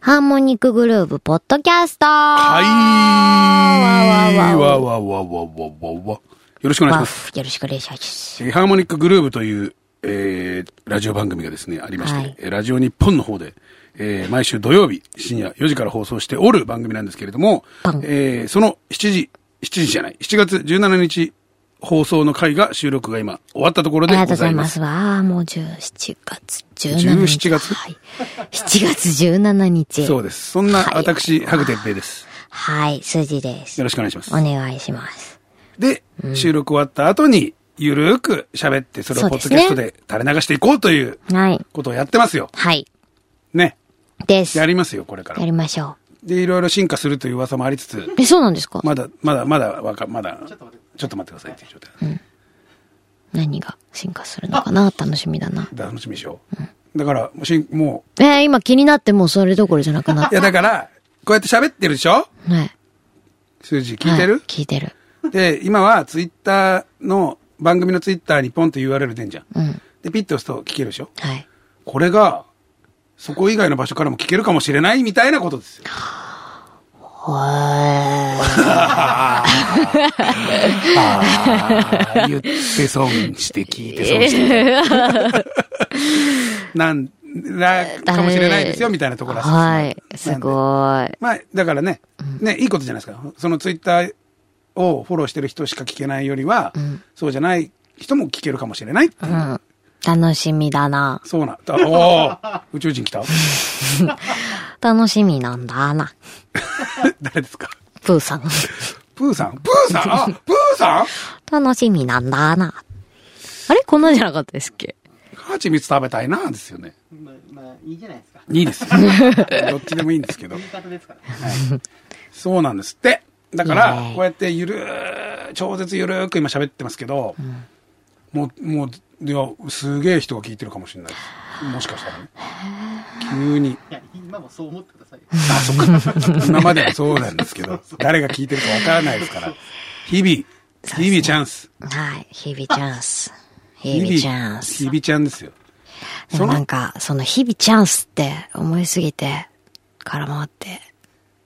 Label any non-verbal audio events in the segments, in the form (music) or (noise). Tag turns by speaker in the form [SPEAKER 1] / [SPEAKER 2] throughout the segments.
[SPEAKER 1] ハーモニックグルーブポッドキャストは
[SPEAKER 2] はい。
[SPEAKER 1] わわわ
[SPEAKER 2] わわわわわわわ。よろしくお願いし
[SPEAKER 1] わ
[SPEAKER 2] ます。
[SPEAKER 1] ふよろしくお願いします。
[SPEAKER 2] えーハーモニックグルーブという、えーラジオ番組がですね、ありまして、
[SPEAKER 1] はい
[SPEAKER 2] えーラジオ日本の方で、えー毎週土曜日深夜4時から放送しておる番組なんですけれども
[SPEAKER 1] バン、
[SPEAKER 2] えーその7時、7時じゃない、7月17日放送の回が収録が今終わったところ
[SPEAKER 1] あり
[SPEAKER 2] で
[SPEAKER 1] がとう
[SPEAKER 2] ご
[SPEAKER 1] ござ
[SPEAKER 2] ざ
[SPEAKER 1] い
[SPEAKER 2] いま。
[SPEAKER 1] ますす。わあ、もう17月17日。
[SPEAKER 2] 17月
[SPEAKER 1] はい。7月17日。
[SPEAKER 2] そうです。そんな
[SPEAKER 1] はい
[SPEAKER 2] 私、ハグテッペイです。
[SPEAKER 1] はい、数字です。
[SPEAKER 2] よろしくお願いします
[SPEAKER 1] お。願いします。
[SPEAKER 2] で、収録終わった後に、ゆるーく喋って、それをポッドキャストで垂れ流していこうという
[SPEAKER 1] はい。
[SPEAKER 2] ことをやってますよ。
[SPEAKER 1] はい。
[SPEAKER 2] ね。
[SPEAKER 1] です。
[SPEAKER 2] や
[SPEAKER 1] や
[SPEAKER 2] りますよ、これから
[SPEAKER 1] り。ましょ
[SPEAKER 2] で、いろいろ進化するという噂もありつつ、
[SPEAKER 1] う。え、そうなんですか
[SPEAKER 2] まだ、まだ、まだ、わか、まだ、ちょっと待ってくださいっていう状態。
[SPEAKER 1] 何が進化するのかな楽しみだな。
[SPEAKER 2] 楽しみでしょう。だから、もうしん、も
[SPEAKER 1] えー今気になってもうそれどころじゃなくなっ
[SPEAKER 2] う、いや、だから、こうやって喋ってるでしょ
[SPEAKER 1] た。ね。
[SPEAKER 2] 数字聞いて
[SPEAKER 1] は
[SPEAKER 2] る
[SPEAKER 1] 聞いてる。
[SPEAKER 2] で、今はツイッターの、番組のツイッターにポンと URL 出んじゃん。
[SPEAKER 1] うん。
[SPEAKER 2] で、ピッと押すと聞けるでしょ
[SPEAKER 1] はい。
[SPEAKER 2] これが、そこ以外の場所からも聞けるかもしれないみたいなことですよ。あー言って損して聞いて損して。なんだかもしれないですよみたいなところらしいですね
[SPEAKER 1] はい。すごい。
[SPEAKER 2] まあ、だからね、ね、いいことじゃないですか。そのツイッターをフォローしてる人しか聞けないよりは、そうじゃない人も聞けるかもしれないっていう。
[SPEAKER 1] うん。楽しみだな。
[SPEAKER 2] そうなんだ。おー宇宙人来た (laughs)
[SPEAKER 1] 楽しみなんだな。
[SPEAKER 2] 誰ですか
[SPEAKER 1] プーさん。 (laughs)
[SPEAKER 2] プーさんプーさんあプーさん
[SPEAKER 1] 楽しみなんだな。あれこんなんじゃなかったですっけ
[SPEAKER 2] 蜂蜜食べたいなですよね。
[SPEAKER 3] まあ、まあ、いいじゃないですか。
[SPEAKER 2] いいですよ。 (laughs) どっちでもいいんですけど。
[SPEAKER 3] 言い方ですから。 (laughs)
[SPEAKER 2] そうなんですって。だか
[SPEAKER 1] イエー
[SPEAKER 2] ら
[SPEAKER 1] イ、
[SPEAKER 2] こうやってゆるー、超絶ゆるーく今喋ってますけど、もう、もう、いや、すげえ人が聞いてるかもしれないです。もしかしたらね。急に。
[SPEAKER 3] いや、今もそう思ってくださいよ。
[SPEAKER 2] あ、そっか。今まではそうなんです
[SPEAKER 1] (laughs)
[SPEAKER 2] けど、誰が聞いてるかわからないですから。日々、日々チャンス。
[SPEAKER 1] はい。日々チャンス。日々
[SPEAKER 2] 日々
[SPEAKER 1] チャンス
[SPEAKER 2] 日。々チャンですよ。
[SPEAKER 1] でも
[SPEAKER 2] その
[SPEAKER 1] なんか、その日々チャンスって思いすぎて、空回ってっ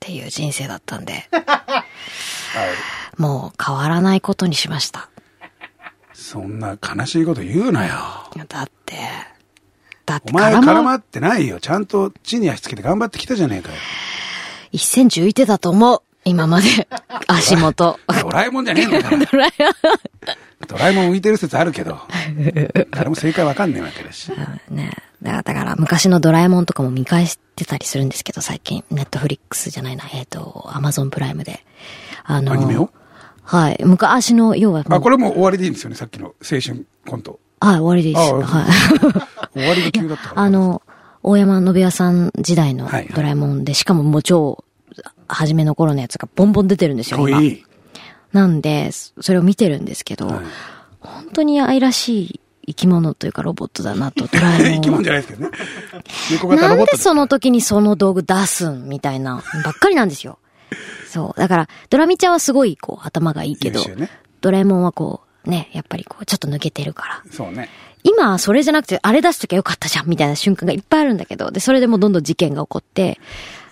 [SPEAKER 1] ていう人生だったん (laughs) で、
[SPEAKER 2] はい
[SPEAKER 1] もう変わらないことにしました。
[SPEAKER 2] そんな悲しいこと言うなよ。
[SPEAKER 1] だって、だって
[SPEAKER 2] お前は
[SPEAKER 1] 空
[SPEAKER 2] 絡
[SPEAKER 1] 回
[SPEAKER 2] まってないよ。ちゃんと地に足つけて頑張ってきたじゃねえかよ。
[SPEAKER 1] 一センチ浮いてたと思う。今まで。 (laughs) 足元。
[SPEAKER 2] ドラえもんじゃねえんだ
[SPEAKER 1] (laughs)
[SPEAKER 2] から。ドラえもん浮いてる説あるけど、誰も正解わかんねえわけだし。
[SPEAKER 1] うんねだから、だから昔のドラえもんとかも見返してたりするんですけど、最近、ネットフリックスじゃないな、えっ、と、アマゾンプライムで。あの、
[SPEAKER 2] アニメを
[SPEAKER 1] はい。昔の、要はもう
[SPEAKER 2] あ、これもう終わりでいいんですよね、さっきの青春コント。
[SPEAKER 1] はい、終わりです。
[SPEAKER 2] ああ
[SPEAKER 1] はい。 (laughs)
[SPEAKER 2] 終わりが急だったから。
[SPEAKER 1] あ、の、大山信也さん時代の
[SPEAKER 2] はいはい
[SPEAKER 1] ドラえもんで、しかももう超、初めの頃のやつがボンボン出てるんです
[SPEAKER 2] す
[SPEAKER 1] よ、
[SPEAKER 2] ご
[SPEAKER 1] 今。
[SPEAKER 2] い。
[SPEAKER 1] なんで、そそれを見てるんですけど、
[SPEAKER 2] はい
[SPEAKER 1] 本当に愛らしい生き物というかロボットだなと、ドラえもんは。
[SPEAKER 2] (laughs) 生き物じゃないですけどね。猫型
[SPEAKER 1] な
[SPEAKER 2] ロ
[SPEAKER 1] ん
[SPEAKER 2] ボッ
[SPEAKER 1] で
[SPEAKER 2] ト。
[SPEAKER 1] その時にその道具出すんみたいな、ばっかりなんです
[SPEAKER 2] (laughs)
[SPEAKER 1] よ。そう。だから、ドラミちゃんはすごい、こう、頭がいいけど
[SPEAKER 2] 優秀、ね
[SPEAKER 1] ドラえもんはこう、ね、やっぱりこう、ちょっと抜けてるから。
[SPEAKER 2] そうね。
[SPEAKER 1] 今、それじゃなくて、あれ出しときゃよかったじゃん、みたいな瞬間がいっぱいあるんだけど、で、それでもうどんどん事件が起こって、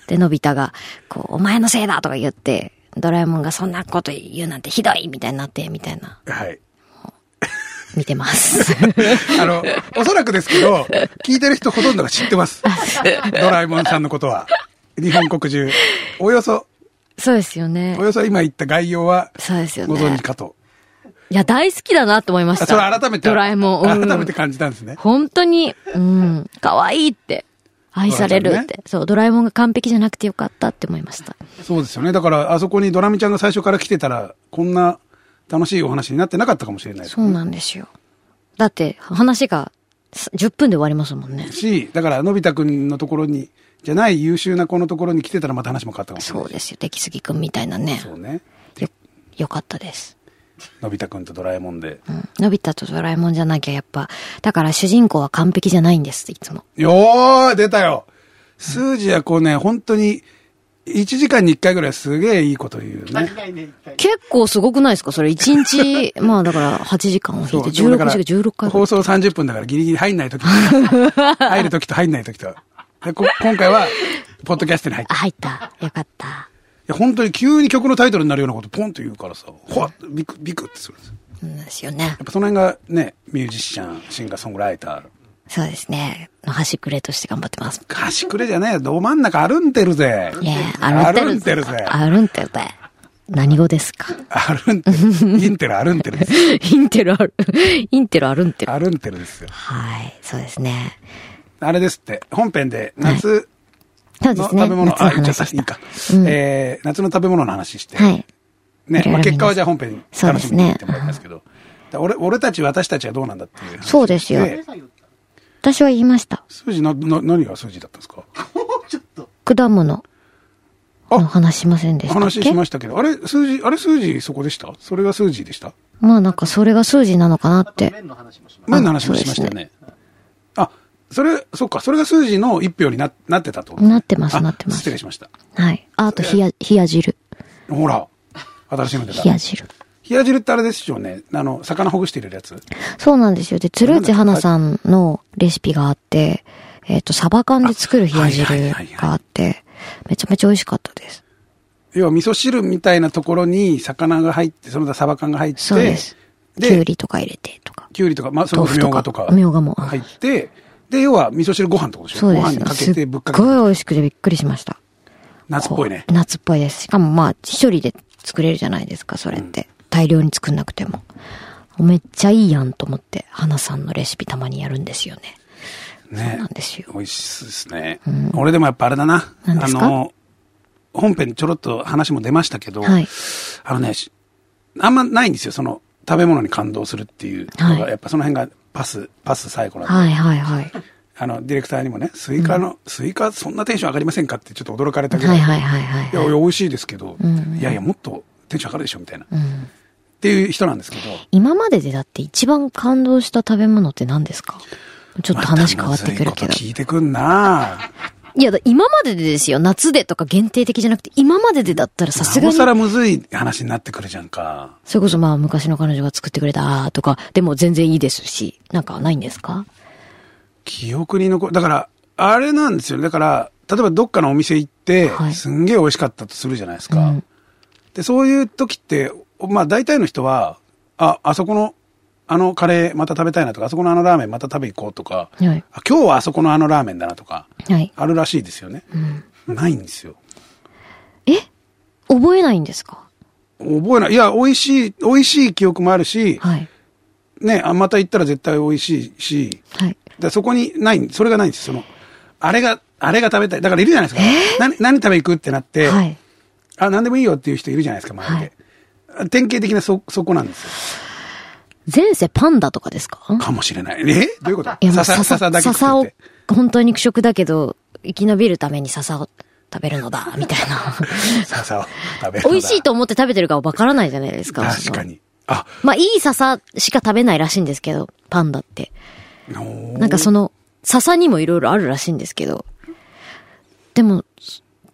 [SPEAKER 1] で、のび太が、こう、お前のせいだとか言って、ドラえもんがそんなこと言うなんてひどいみたいになって、みたいな、
[SPEAKER 2] はい。
[SPEAKER 1] 見て
[SPEAKER 2] (laughs)
[SPEAKER 1] ます。
[SPEAKER 2] あの、おそらくですけど、聞いてる人ほとんどが知ってます。ドラえもんさんのことは。日本国中。およそ、
[SPEAKER 1] そうですよ
[SPEAKER 2] (laughs)
[SPEAKER 1] ね
[SPEAKER 2] お。よそ今言った概要は、
[SPEAKER 1] そうですよ
[SPEAKER 2] ご存
[SPEAKER 1] ね
[SPEAKER 2] 知。かと。
[SPEAKER 1] いや、大好きだなって思いました。
[SPEAKER 2] あそれ改めて。
[SPEAKER 1] ドラえもん。うん
[SPEAKER 2] 改めて感じたんですね。
[SPEAKER 1] 本当に、うん、可愛いって。愛されるっ
[SPEAKER 2] ドラえもん
[SPEAKER 1] て、そう、ドラえもんが完璧じゃなくてよかったって思いました。
[SPEAKER 2] そうですよね。だから、あそこにドラミちゃんが最初から来てたら、こんな楽しいお話になってなかったかもしれないです
[SPEAKER 1] そうなんですよ。だって、話がす10分で終わりますもんね。
[SPEAKER 2] し、だから、のび太くんのところに、じゃない優秀な子のところに来てたらまた話も変わったかもしれ
[SPEAKER 1] そ
[SPEAKER 2] な
[SPEAKER 1] う
[SPEAKER 2] い。
[SPEAKER 1] ですよ。出来すぎくんみたいなね。
[SPEAKER 2] そうね。
[SPEAKER 1] よ、よかったです。
[SPEAKER 2] のび太くんとドラえもんで。
[SPEAKER 1] うん。のび太とドラえもんじゃなきゃやっぱ、だから主人公は完璧じゃないんです、いつも。
[SPEAKER 2] よー出たよ数字はこうね、本当に、1時間に1回ぐらいすげえいいこと言うよね。
[SPEAKER 3] 間違いね、一回。
[SPEAKER 1] 結構すごくないですかそれ1日、 (laughs) まあだから8時間を引いて16時
[SPEAKER 2] だ
[SPEAKER 1] 間
[SPEAKER 2] から
[SPEAKER 1] 16回ぐら
[SPEAKER 2] 放
[SPEAKER 1] い。
[SPEAKER 2] 送30分だからギリギリ入んない時と、入る時と入んない時と。でこ今回はポッドキャストに入っ
[SPEAKER 1] あ
[SPEAKER 2] て。い
[SPEAKER 1] 入った。よかった。
[SPEAKER 2] や、本当に急に曲のタイトルになるようなことポンと言うからさ、ほわっビク、ビクってするんですよ。
[SPEAKER 1] うんですよね
[SPEAKER 2] やっ。ぱその辺がね、ミュージシャン、シンガー、ソングライター、
[SPEAKER 1] そうですね。の端くれとして頑張ってます。
[SPEAKER 2] 貸しくれじゃねえ、ど真ん中歩んでるぜ。
[SPEAKER 1] いや歩んでる。
[SPEAKER 2] 歩んでるぜ
[SPEAKER 1] 歩んでるぜ。何語ですか (laughs)
[SPEAKER 2] 歩んでる。インテル歩んでるです。
[SPEAKER 1] インテルある。 (laughs) インテルあるんてる。
[SPEAKER 2] 歩んでるですよ。
[SPEAKER 1] はい。そうですね。
[SPEAKER 2] あれですって、本編で夏
[SPEAKER 1] そう
[SPEAKER 2] の
[SPEAKER 1] です
[SPEAKER 2] 食
[SPEAKER 1] ね。
[SPEAKER 2] べ物、
[SPEAKER 1] 夏の
[SPEAKER 2] あ、言っちゃった、
[SPEAKER 1] 話
[SPEAKER 2] い
[SPEAKER 1] した。
[SPEAKER 2] いか。
[SPEAKER 1] うん
[SPEAKER 2] えー夏の食べ物の話して、
[SPEAKER 1] はい。い、ろ
[SPEAKER 2] ね
[SPEAKER 1] いろ
[SPEAKER 2] まあ、結果
[SPEAKER 1] 見ま
[SPEAKER 2] は
[SPEAKER 1] す
[SPEAKER 2] じゃあ本編
[SPEAKER 1] そう
[SPEAKER 2] 楽
[SPEAKER 1] で
[SPEAKER 2] し
[SPEAKER 1] す
[SPEAKER 2] みに
[SPEAKER 1] ね
[SPEAKER 2] 見てもらいますけど、だ俺俺たち、私たちはどうなんだっていう話
[SPEAKER 1] そうですよ
[SPEAKER 2] で
[SPEAKER 3] さ言った
[SPEAKER 1] 私は言いました。
[SPEAKER 2] 数字な、な、何が数字だったんですか
[SPEAKER 3] の。もうちょっと。
[SPEAKER 1] 果物の話しませんでしたっ
[SPEAKER 2] 話
[SPEAKER 1] け
[SPEAKER 2] しましたけど、あれ、数字、あれ、数字そこでしたそれが数字でした
[SPEAKER 1] まあなんかそれが数字なのかな
[SPEAKER 3] あ
[SPEAKER 1] っ
[SPEAKER 3] と
[SPEAKER 1] て。
[SPEAKER 3] 麺の話もします。
[SPEAKER 2] 前の話もしましたよね。あ、それ、そっか、それが数字の一票にななってたってこと
[SPEAKER 1] なってます
[SPEAKER 2] あ
[SPEAKER 1] なってます
[SPEAKER 2] 失礼しました。
[SPEAKER 1] はい。ああと冷や、冷や汁。
[SPEAKER 2] ほら、新しいの出た。
[SPEAKER 1] 冷や汁。
[SPEAKER 2] 冷や汁ってあれですよね。あの、魚ほぐして入れるやつ。
[SPEAKER 1] そうなんですよ。で、鶴内花さんのレシピがあって、えっ、と、サバ缶で作る冷や汁
[SPEAKER 2] あはいはいはいはい
[SPEAKER 1] があって、めちゃめちゃ美味しかったです。
[SPEAKER 2] 要は味噌汁みたいなところに魚が入って、その他サバ缶が入って、
[SPEAKER 1] そうです。きゅう
[SPEAKER 2] で、
[SPEAKER 1] りとか入れてとか。
[SPEAKER 2] きゅうりとか、まあ、その
[SPEAKER 1] 豆腐
[SPEAKER 2] みょ
[SPEAKER 1] と
[SPEAKER 2] う
[SPEAKER 1] か
[SPEAKER 2] がとか、
[SPEAKER 1] みょうがも
[SPEAKER 2] 入って、で、要は味噌汁ご飯ってことでしょ
[SPEAKER 1] そうで
[SPEAKER 2] ご飯
[SPEAKER 1] す
[SPEAKER 2] に。か
[SPEAKER 1] す
[SPEAKER 2] け
[SPEAKER 1] って
[SPEAKER 2] ぶっかけ
[SPEAKER 1] ご
[SPEAKER 2] て。
[SPEAKER 1] い美味しくてびっくりしました。
[SPEAKER 2] 夏っぽいね
[SPEAKER 1] こ。う夏っぽいです。しかもまあ、一人で作れるじゃないですか、それって。大量に作んなくても。めっちゃいいやんと思って、花さんのレシピたまにやるんですよね。そう
[SPEAKER 2] ね
[SPEAKER 1] なん。ですよ。
[SPEAKER 2] 美味しいですね。俺でもやっぱあれだな。
[SPEAKER 1] 何ですか
[SPEAKER 2] あの、本編にちょろっと話も出ましたけど、
[SPEAKER 1] はい
[SPEAKER 2] あのね、しあんまないんですよ。その、食べ物に感動するっていうのが、
[SPEAKER 1] はい
[SPEAKER 2] やっぱその辺がパス、パス最後なんで。
[SPEAKER 1] はいはいはい。
[SPEAKER 2] あの、ディレクターにもね、スイカの、スイカそんなテンション上がりませんかってちょっと驚かれたけど、
[SPEAKER 1] はい
[SPEAKER 2] い
[SPEAKER 1] はいはいはい
[SPEAKER 2] や、い
[SPEAKER 1] はい。
[SPEAKER 2] や美味しいですけど、
[SPEAKER 1] うん
[SPEAKER 2] いやいや、もっとテンション上がるでしょ、みたいな。っ
[SPEAKER 1] うん
[SPEAKER 2] ていう人なんですけど、
[SPEAKER 1] 今まででだって一番感動した食べ物って何ですかちょっと話変わってくるけ
[SPEAKER 2] またむ
[SPEAKER 1] ど。
[SPEAKER 2] ずいこと聞いてくんない
[SPEAKER 1] や、だ今まででですよ。夏でとか限定的じゃなくて、今まででだったらさす
[SPEAKER 2] な
[SPEAKER 1] が
[SPEAKER 2] お
[SPEAKER 1] に。
[SPEAKER 2] さらむずい話になってくるじゃんか。
[SPEAKER 1] それこそまあ昔の彼女が作ってくれたあーとか、でも全然いいですし、なんかないんですか
[SPEAKER 2] 記憶に残る。だから、あれなんですよね。だから、例えばどっかのお店行って、
[SPEAKER 1] はい
[SPEAKER 2] すんげえ美味しかったとするじゃないですか。
[SPEAKER 1] うん
[SPEAKER 2] で、そういう時って、まあ大体の人は、あ、あそこの、あのカレーまた食べたいなとか、あそこのあのラーメンまた食べ行こうとか、
[SPEAKER 1] はい。
[SPEAKER 2] あ今日はあそこのあのラーメンだなとか、
[SPEAKER 1] はい。
[SPEAKER 2] あるらしいですよね。ないんですよ。
[SPEAKER 1] え覚えないんですか
[SPEAKER 2] 覚えない。いや、美味しい、美味しい記憶もあるし、
[SPEAKER 1] はい。
[SPEAKER 2] ね、あまた行ったら絶対美味しいし、
[SPEAKER 1] はい。
[SPEAKER 2] でそこにない、それがないんですよ。その、あれが、あれが食べたい。だからいるじゃないですか。何何食べ行くってなって、
[SPEAKER 1] はい。
[SPEAKER 2] あ、何でもいいよっていう人いるじゃないですか、周りで。典型的なそ、そこなんですよ。
[SPEAKER 1] 前世パンダとかですか
[SPEAKER 2] かもしれない。えどういうこと
[SPEAKER 1] いや、もう
[SPEAKER 2] 笹
[SPEAKER 1] 笹、
[SPEAKER 2] 笹だけ食って
[SPEAKER 1] 笹を、本当は肉食だけど、生き延びるために笹を食べるのだ、みたい
[SPEAKER 2] (laughs)
[SPEAKER 1] な。
[SPEAKER 2] 笹を食べるのだ
[SPEAKER 1] 美味しいと思って食べてるかわからないじゃないですか。
[SPEAKER 2] 確か
[SPEAKER 1] その。
[SPEAKER 2] に。あ、
[SPEAKER 1] まあ、いい笹しか食べないらしいんですけど、パンダって。
[SPEAKER 2] おー
[SPEAKER 1] なんかその、笹にもいろいろあるらしいんですけど。でも、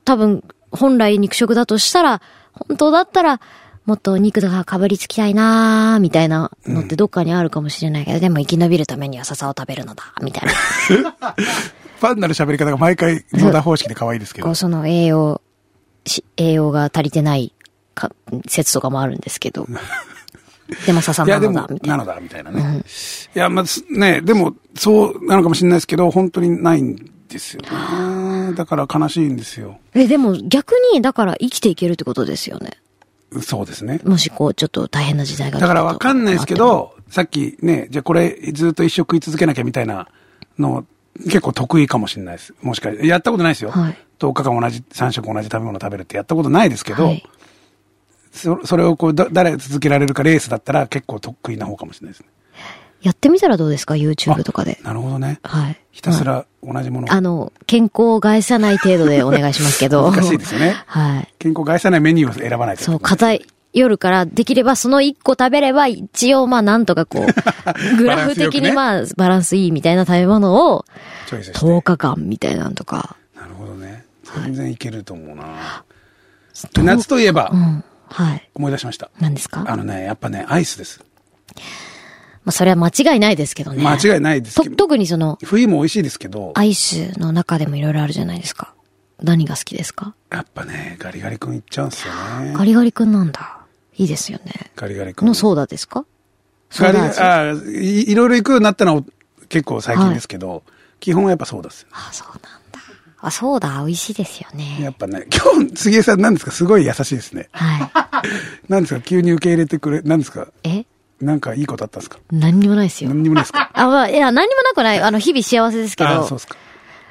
[SPEAKER 1] 多分、本来肉食だとしたら、本当だったら、もっとお肉がかぶりつきたいなーみたいなのってどっかにあるかもしれないけど、でも生き延びるためには笹を食べるのだ、みたいな。
[SPEAKER 2] パンダの喋り方が毎回、野田方式で可愛いですけ
[SPEAKER 1] こ
[SPEAKER 2] ど
[SPEAKER 1] う、。その栄養、し栄養が足りてないか説とかもあるんですけ
[SPEAKER 2] (laughs)
[SPEAKER 1] ど。でも笹
[SPEAKER 2] いや、
[SPEAKER 1] な
[SPEAKER 2] で
[SPEAKER 1] の
[SPEAKER 2] も
[SPEAKER 1] だ、み、たいな。
[SPEAKER 2] なのだ、みたいなね。いや、まあ、すね、でも、そうなのかもしれないですけど、本当にないんですよね。だから悲しいんですよ。
[SPEAKER 1] え、でも逆に、だから生きていけるってことですよね。
[SPEAKER 2] そうですね。
[SPEAKER 1] もしこう、ちょっと大変な時代が来
[SPEAKER 2] だ
[SPEAKER 1] たと
[SPEAKER 2] からわかんないですけ。ど、さっきね、じゃあこれずっと一生食い続けなきゃみたいなの、結構得意かもしれないです。もしかして。やったことないですよ。
[SPEAKER 1] はい
[SPEAKER 2] 10日間同じ、3食同じ食べ物食べるってやったことないですけど、
[SPEAKER 1] はい
[SPEAKER 2] そそれをこう、だ誰が続けられるかレースだったら結構得意な方かもしれないですね。
[SPEAKER 1] やってみたらどうですか ?YouTube とかで。
[SPEAKER 2] なるほどね。
[SPEAKER 1] はい。
[SPEAKER 2] ひたす
[SPEAKER 1] まあ。
[SPEAKER 2] ら同じものを。
[SPEAKER 1] あの、健康を害さない程度でお願いしますけど。
[SPEAKER 2] 難しいですよね
[SPEAKER 1] (laughs) はい。
[SPEAKER 2] 健康を害さないメニューを選ばないといけ
[SPEAKER 1] そ
[SPEAKER 2] な
[SPEAKER 1] う、
[SPEAKER 2] い。
[SPEAKER 1] 硬い。夜からできればその一個食べれば一応まあなんとかこ
[SPEAKER 2] (laughs)
[SPEAKER 1] う、グラフ的にまあバランスいいみたいな食べ物を
[SPEAKER 2] チョイスして。
[SPEAKER 1] 10日間みたいなのとか。
[SPEAKER 2] なるほどね。全然いけると思うな、夏といえば
[SPEAKER 1] う、ん。はい。
[SPEAKER 2] 思い出しました。
[SPEAKER 1] 何ですか
[SPEAKER 2] あ
[SPEAKER 1] ま
[SPEAKER 2] のね、やっぱね、アイスです。
[SPEAKER 1] あそれは間違いないですけどね。
[SPEAKER 2] 間違いないです
[SPEAKER 1] と
[SPEAKER 2] けど、
[SPEAKER 1] 特にその
[SPEAKER 2] 冬も美味しいですけど、
[SPEAKER 1] アイスの中でもいろいろあるじゃないですか。何が好きですか
[SPEAKER 2] やっぱね、ガリガリ君いっちゃうんすよね。
[SPEAKER 1] ガリガリ君なんだ。いいですよね。
[SPEAKER 2] ガリガリ君。
[SPEAKER 1] のソーダですかソ
[SPEAKER 2] ガ
[SPEAKER 1] ー
[SPEAKER 2] リ
[SPEAKER 1] ダ味。あ
[SPEAKER 2] あーいいろいろ行くようになったのは結構最近ですけど、基本はやっぱそうですよね。
[SPEAKER 1] そうなんだ。あ、ソーダ美味しいですよね。
[SPEAKER 2] やっぱね、 (laughs) 今日、杉江さんなんですかすごい優しいですね。
[SPEAKER 1] は
[SPEAKER 2] なんですか急に受け入れてくれ、なんですか
[SPEAKER 1] い。え
[SPEAKER 2] なんかいいことあったんですか
[SPEAKER 1] 何にもないですよ。
[SPEAKER 2] 何にもないですか
[SPEAKER 1] あ、まあ、いや、何にもなくない。あの、日々幸せ (laughs) ですけ
[SPEAKER 2] あ
[SPEAKER 1] ど
[SPEAKER 2] ー。そうですか。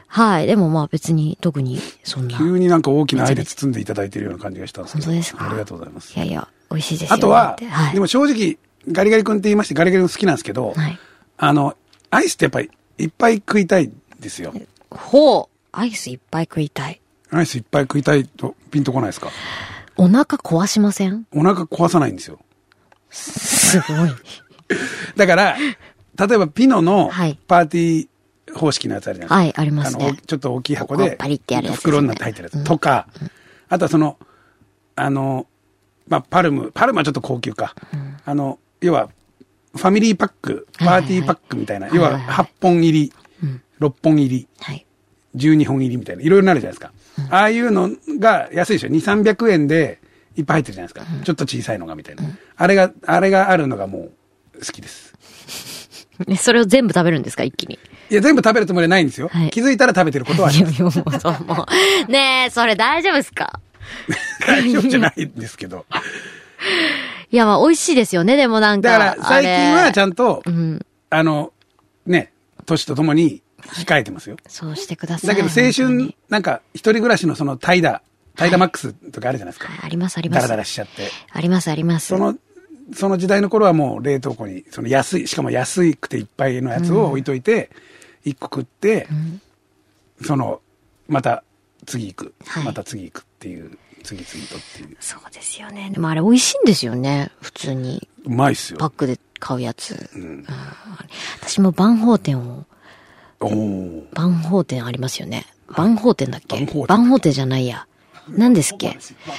[SPEAKER 1] はい。でもまあ別に特にそんな。
[SPEAKER 2] 急になんか大きな愛で包んでいただいているような感じがしたんですけど。
[SPEAKER 1] 本当ですか
[SPEAKER 2] ありがとうございます
[SPEAKER 1] い。やいや、美味しいですよ。
[SPEAKER 2] あとは、
[SPEAKER 1] はい。
[SPEAKER 2] でも正直、ガリガリ君って言いまして、ガリガリ君好きなんですけど、
[SPEAKER 1] はい
[SPEAKER 2] あの、アイスってやっぱりいっぱい食いたいんですよ。
[SPEAKER 1] ほう。アイスいっぱい食いたい。
[SPEAKER 2] アイスいっぱい食いたいとピンとこないですか
[SPEAKER 1] お腹壊しません
[SPEAKER 2] お腹壊さないんですよ。
[SPEAKER 1] すごい。
[SPEAKER 2] だから、例えばピノの
[SPEAKER 1] はい
[SPEAKER 2] パーティー方式のやつあるじゃな
[SPEAKER 1] は
[SPEAKER 2] いです
[SPEAKER 1] い、あり
[SPEAKER 2] か。
[SPEAKER 1] ます
[SPEAKER 2] あの
[SPEAKER 1] ね。
[SPEAKER 2] ちょっと大きい箱
[SPEAKER 1] こ
[SPEAKER 2] で
[SPEAKER 1] うパリってやるやつですね
[SPEAKER 2] 袋になって入ってるやつとか、あとはそのあの、まあ、パルムパルムはちょっと高級か、あの要はファミリーパックパ
[SPEAKER 1] はいはいはい
[SPEAKER 2] ーティーパックみたいな、
[SPEAKER 1] はいはいはい
[SPEAKER 2] 要は8本入り、
[SPEAKER 1] うん
[SPEAKER 2] 6本入り
[SPEAKER 1] はい。
[SPEAKER 2] 12本入りみたいないろいろなるじゃないですか、ああいうのが安いでしょ2300円でいっぱい入ってるじゃないですか、ちょっと小さいのがみたいな、あれがあれがあるのがもう好きです
[SPEAKER 1] ねそれを全部食べるんですか一気に。
[SPEAKER 2] いや全部食べるつもりはないんですよ、
[SPEAKER 1] はい
[SPEAKER 2] 気づいたら食べてることはあ
[SPEAKER 1] い
[SPEAKER 2] りま
[SPEAKER 1] や
[SPEAKER 2] す
[SPEAKER 1] いや、もうそう、もう。ねえ、それ大丈夫ですか
[SPEAKER 2] 大丈夫じゃないんです
[SPEAKER 1] (laughs)
[SPEAKER 2] けど
[SPEAKER 1] いや、まあ美味しいですよね、でもなんか。
[SPEAKER 2] だから最近はち
[SPEAKER 1] ゃ
[SPEAKER 2] ゃんと、
[SPEAKER 1] うん。
[SPEAKER 2] あの、ね、年とともに控えてますよ。
[SPEAKER 1] そうしてください。
[SPEAKER 2] だけど青
[SPEAKER 1] 本当
[SPEAKER 2] 春
[SPEAKER 1] に、
[SPEAKER 2] なんか、一人暮らしのその怠惰、怠惰マックスとかあるじゃないですか。
[SPEAKER 1] はい、あります、ありま
[SPEAKER 2] ダラ
[SPEAKER 1] す
[SPEAKER 2] ダ。ラしちゃって。
[SPEAKER 1] あります、あります。
[SPEAKER 2] その、その時代の頃はもう冷凍庫に、その安い、しかも安くていっぱいのやつを置いといて、一、個食って、その、また次行く、
[SPEAKER 1] はい
[SPEAKER 2] また次行くっていう、次々とっていう。
[SPEAKER 1] そうですよね。でもあれ美味しいんですよね。普通に。
[SPEAKER 2] うまいっす
[SPEAKER 1] パッ
[SPEAKER 2] よ。
[SPEAKER 1] クで買うやつ。
[SPEAKER 2] うん。
[SPEAKER 1] 私も万宝店を、
[SPEAKER 2] おー
[SPEAKER 1] 万宝店ありますよね。万宝店だっけ
[SPEAKER 2] 万宝店
[SPEAKER 1] 万宝店じゃないや。何ですっけ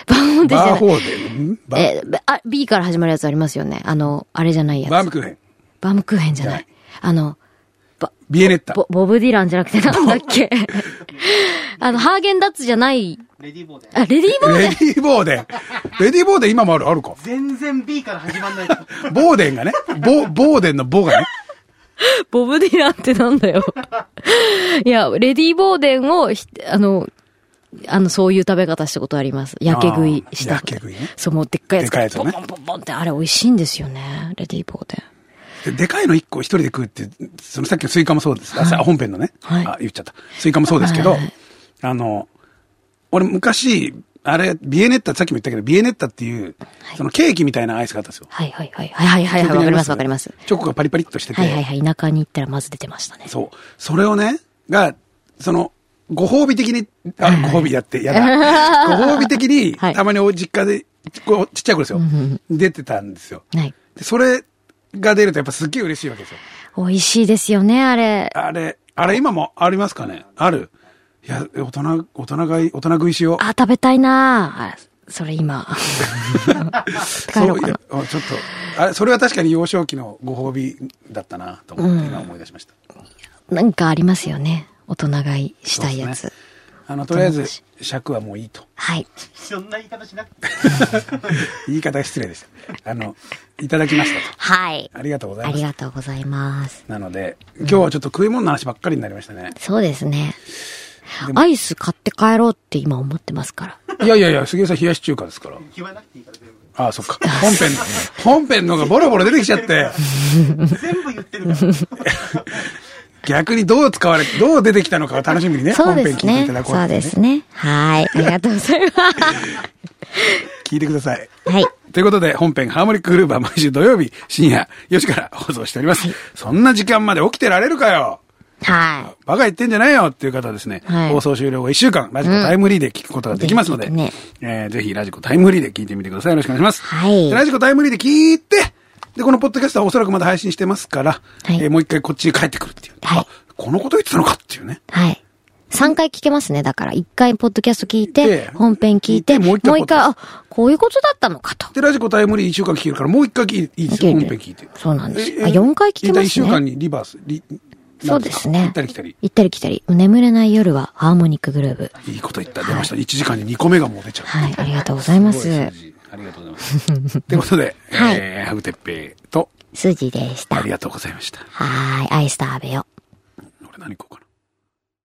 [SPEAKER 1] 万宝店じゃ
[SPEAKER 2] バー
[SPEAKER 1] ない。
[SPEAKER 2] ホーデンバー
[SPEAKER 1] え、あ、B から始まるやつありますよね。あの、あれじゃないやつ。
[SPEAKER 2] バームクーヘン。
[SPEAKER 1] バームクーヘンじゃない。
[SPEAKER 2] じ
[SPEAKER 1] あの、
[SPEAKER 2] ビエネッタ。
[SPEAKER 1] ボボブ・ディランじゃなくてなんだっ (laughs) けあの、ハーゲンダッツじゃない、
[SPEAKER 3] レディーボーで。
[SPEAKER 1] あ、レディーボー
[SPEAKER 2] レ
[SPEAKER 1] デン
[SPEAKER 2] ディーボーデン。レディーボーデン今もある、あるか。
[SPEAKER 3] 全然 B から始まんない。あ
[SPEAKER 2] ボーデンがね。ボ、ボーデンのボがね。
[SPEAKER 1] (laughs) ボブ・ディランってなんだよ。いや、レディー・ボーデンをひ、あの、あの、そういう食べ方したことあります。やけ食いしたこと。
[SPEAKER 2] あーやけ食いね
[SPEAKER 1] そう、もうでっかいやつから
[SPEAKER 2] でかいやつね
[SPEAKER 1] ボンボンボンボンって、あれ美味しいんですよね。レディー・ボーデン。
[SPEAKER 2] ででかいの一個一人で食うって、そのさっきのスイカもそうです。あさ本編のね、
[SPEAKER 1] はい
[SPEAKER 2] あ、言っちゃった。スイカもそうですけど、
[SPEAKER 1] はいはい
[SPEAKER 2] あの、俺昔、あれ、ビエネッタ、さっきも言ったけど、ビエネッタっていう、そのケーキみたいなアイスがあったんですよ。
[SPEAKER 1] はいはいはい。はいはいはいはい。わかりますわかります。
[SPEAKER 2] チョコがパリパリっとしてて、
[SPEAKER 1] はいはいはい。田舎に行ったらまず出てましたね。
[SPEAKER 2] そう。それをね、が、その、ご褒美的に、あ、ご褒美やって、や
[SPEAKER 1] (laughs)
[SPEAKER 2] だ。ご褒美的に、
[SPEAKER 1] はい
[SPEAKER 2] たまにお実家で、こうちっちゃい頃ですよ。出てたんですよ。
[SPEAKER 1] はい。
[SPEAKER 2] でそれが出るとやっぱすっげえ嬉しいわけですよ。
[SPEAKER 1] 美味しいですよね、あれ。
[SPEAKER 2] あれ、あれ今もありますかねあるいや、大人、大人買い、大人食いしよう。
[SPEAKER 1] あ、食べたいなあそれ
[SPEAKER 2] (laughs)
[SPEAKER 1] 今。帰ろうかな。
[SPEAKER 2] そういやあちょっと、あれ、それは確かに幼少期のご褒美だったなと思って今思い出しました。
[SPEAKER 1] なんかありますよね。大人買いしたいや
[SPEAKER 2] そう
[SPEAKER 1] つ。
[SPEAKER 2] ですあの、とりあえず、尺はもういいと。
[SPEAKER 1] はい。
[SPEAKER 3] そんな言い方しなくて。
[SPEAKER 2] 言い方失礼でした。あの、いただきましたと。
[SPEAKER 1] はい。
[SPEAKER 2] ありがとうござい
[SPEAKER 1] あ
[SPEAKER 2] ま
[SPEAKER 1] り
[SPEAKER 2] す。
[SPEAKER 1] がとうございます。
[SPEAKER 2] なので、今日はちょっと食い物の話ばっかりになりましたね。
[SPEAKER 1] そうですね
[SPEAKER 2] で。も
[SPEAKER 1] アイス買って帰ろうって今思ってますから。
[SPEAKER 2] いやいやいや、杉江さん冷やし中華ですから。
[SPEAKER 3] 言わなくていいから全部。
[SPEAKER 2] ああ、そっか。本編、本編のがボロボロ出てきちゃって。
[SPEAKER 3] (laughs) 全部言ってるから。
[SPEAKER 2] 逆にどう使われ、どう出てきたのかが楽しみにね、
[SPEAKER 1] そう
[SPEAKER 2] 本
[SPEAKER 1] で
[SPEAKER 2] 編聞い
[SPEAKER 1] す
[SPEAKER 2] てい
[SPEAKER 1] ね
[SPEAKER 2] ただ。こう
[SPEAKER 1] そうですね。はい。ありがとうございます。
[SPEAKER 2] 聞いてください。
[SPEAKER 1] はい。
[SPEAKER 2] ということで、本編ハーモニックグルーバー毎週土曜日深夜4時から放送しております。そんな時間まで起きてられるかよ
[SPEAKER 1] は
[SPEAKER 2] バカ言ってんじゃないよっていう方はですね、
[SPEAKER 1] はい
[SPEAKER 2] 放送終了後1週間、ラジコタイムリーで聞くことができますので、
[SPEAKER 1] ぜひね
[SPEAKER 2] えーぜひラジコタイムリーで聞いてみてください。よろしくお願いします。
[SPEAKER 1] はい
[SPEAKER 2] でラジコタイムリーで聞いて、で、このポッドキャストはおそらくまだ配信してますから、
[SPEAKER 1] はい
[SPEAKER 2] えーもう一回こっちに帰ってくるっていう。
[SPEAKER 1] はい
[SPEAKER 2] あ、このこと言ってたのかっていうね。
[SPEAKER 1] い。はい。3回聞けますね。だから、1回ポッドキャスト聞い
[SPEAKER 2] で
[SPEAKER 1] て、本編聞いて、
[SPEAKER 2] も
[SPEAKER 1] も
[SPEAKER 2] う
[SPEAKER 1] う
[SPEAKER 2] 一回
[SPEAKER 1] 1回、あ、こういうことだったのかと。
[SPEAKER 2] で、ラジコタイムリー1週間聞けるから、もう一回聞いていいですよ。
[SPEAKER 1] いけ
[SPEAKER 2] 本
[SPEAKER 1] る
[SPEAKER 2] 編聞いて。
[SPEAKER 1] そうなんです
[SPEAKER 2] え
[SPEAKER 1] あ四回聞けますね
[SPEAKER 2] 一旦一週間にリバース、リ、
[SPEAKER 1] そうです
[SPEAKER 2] なん
[SPEAKER 1] ね
[SPEAKER 2] か行ったり来たり。
[SPEAKER 1] 行ったり来たり。眠れない夜はハーモニックグルーブ。
[SPEAKER 2] いいこと言った。出ました。1時間に2個目がもう出ちゃう。
[SPEAKER 1] はい、ありがとうございます
[SPEAKER 2] ごい
[SPEAKER 1] す
[SPEAKER 2] 数。字ありがとうござ
[SPEAKER 1] (laughs)
[SPEAKER 2] います。ということで、
[SPEAKER 1] はい
[SPEAKER 2] えー、ハグテッペイと、
[SPEAKER 1] スージーでした
[SPEAKER 2] あ。りがとうございました。
[SPEAKER 1] はーい、アイス食べよう。
[SPEAKER 2] 俺何行こうかな。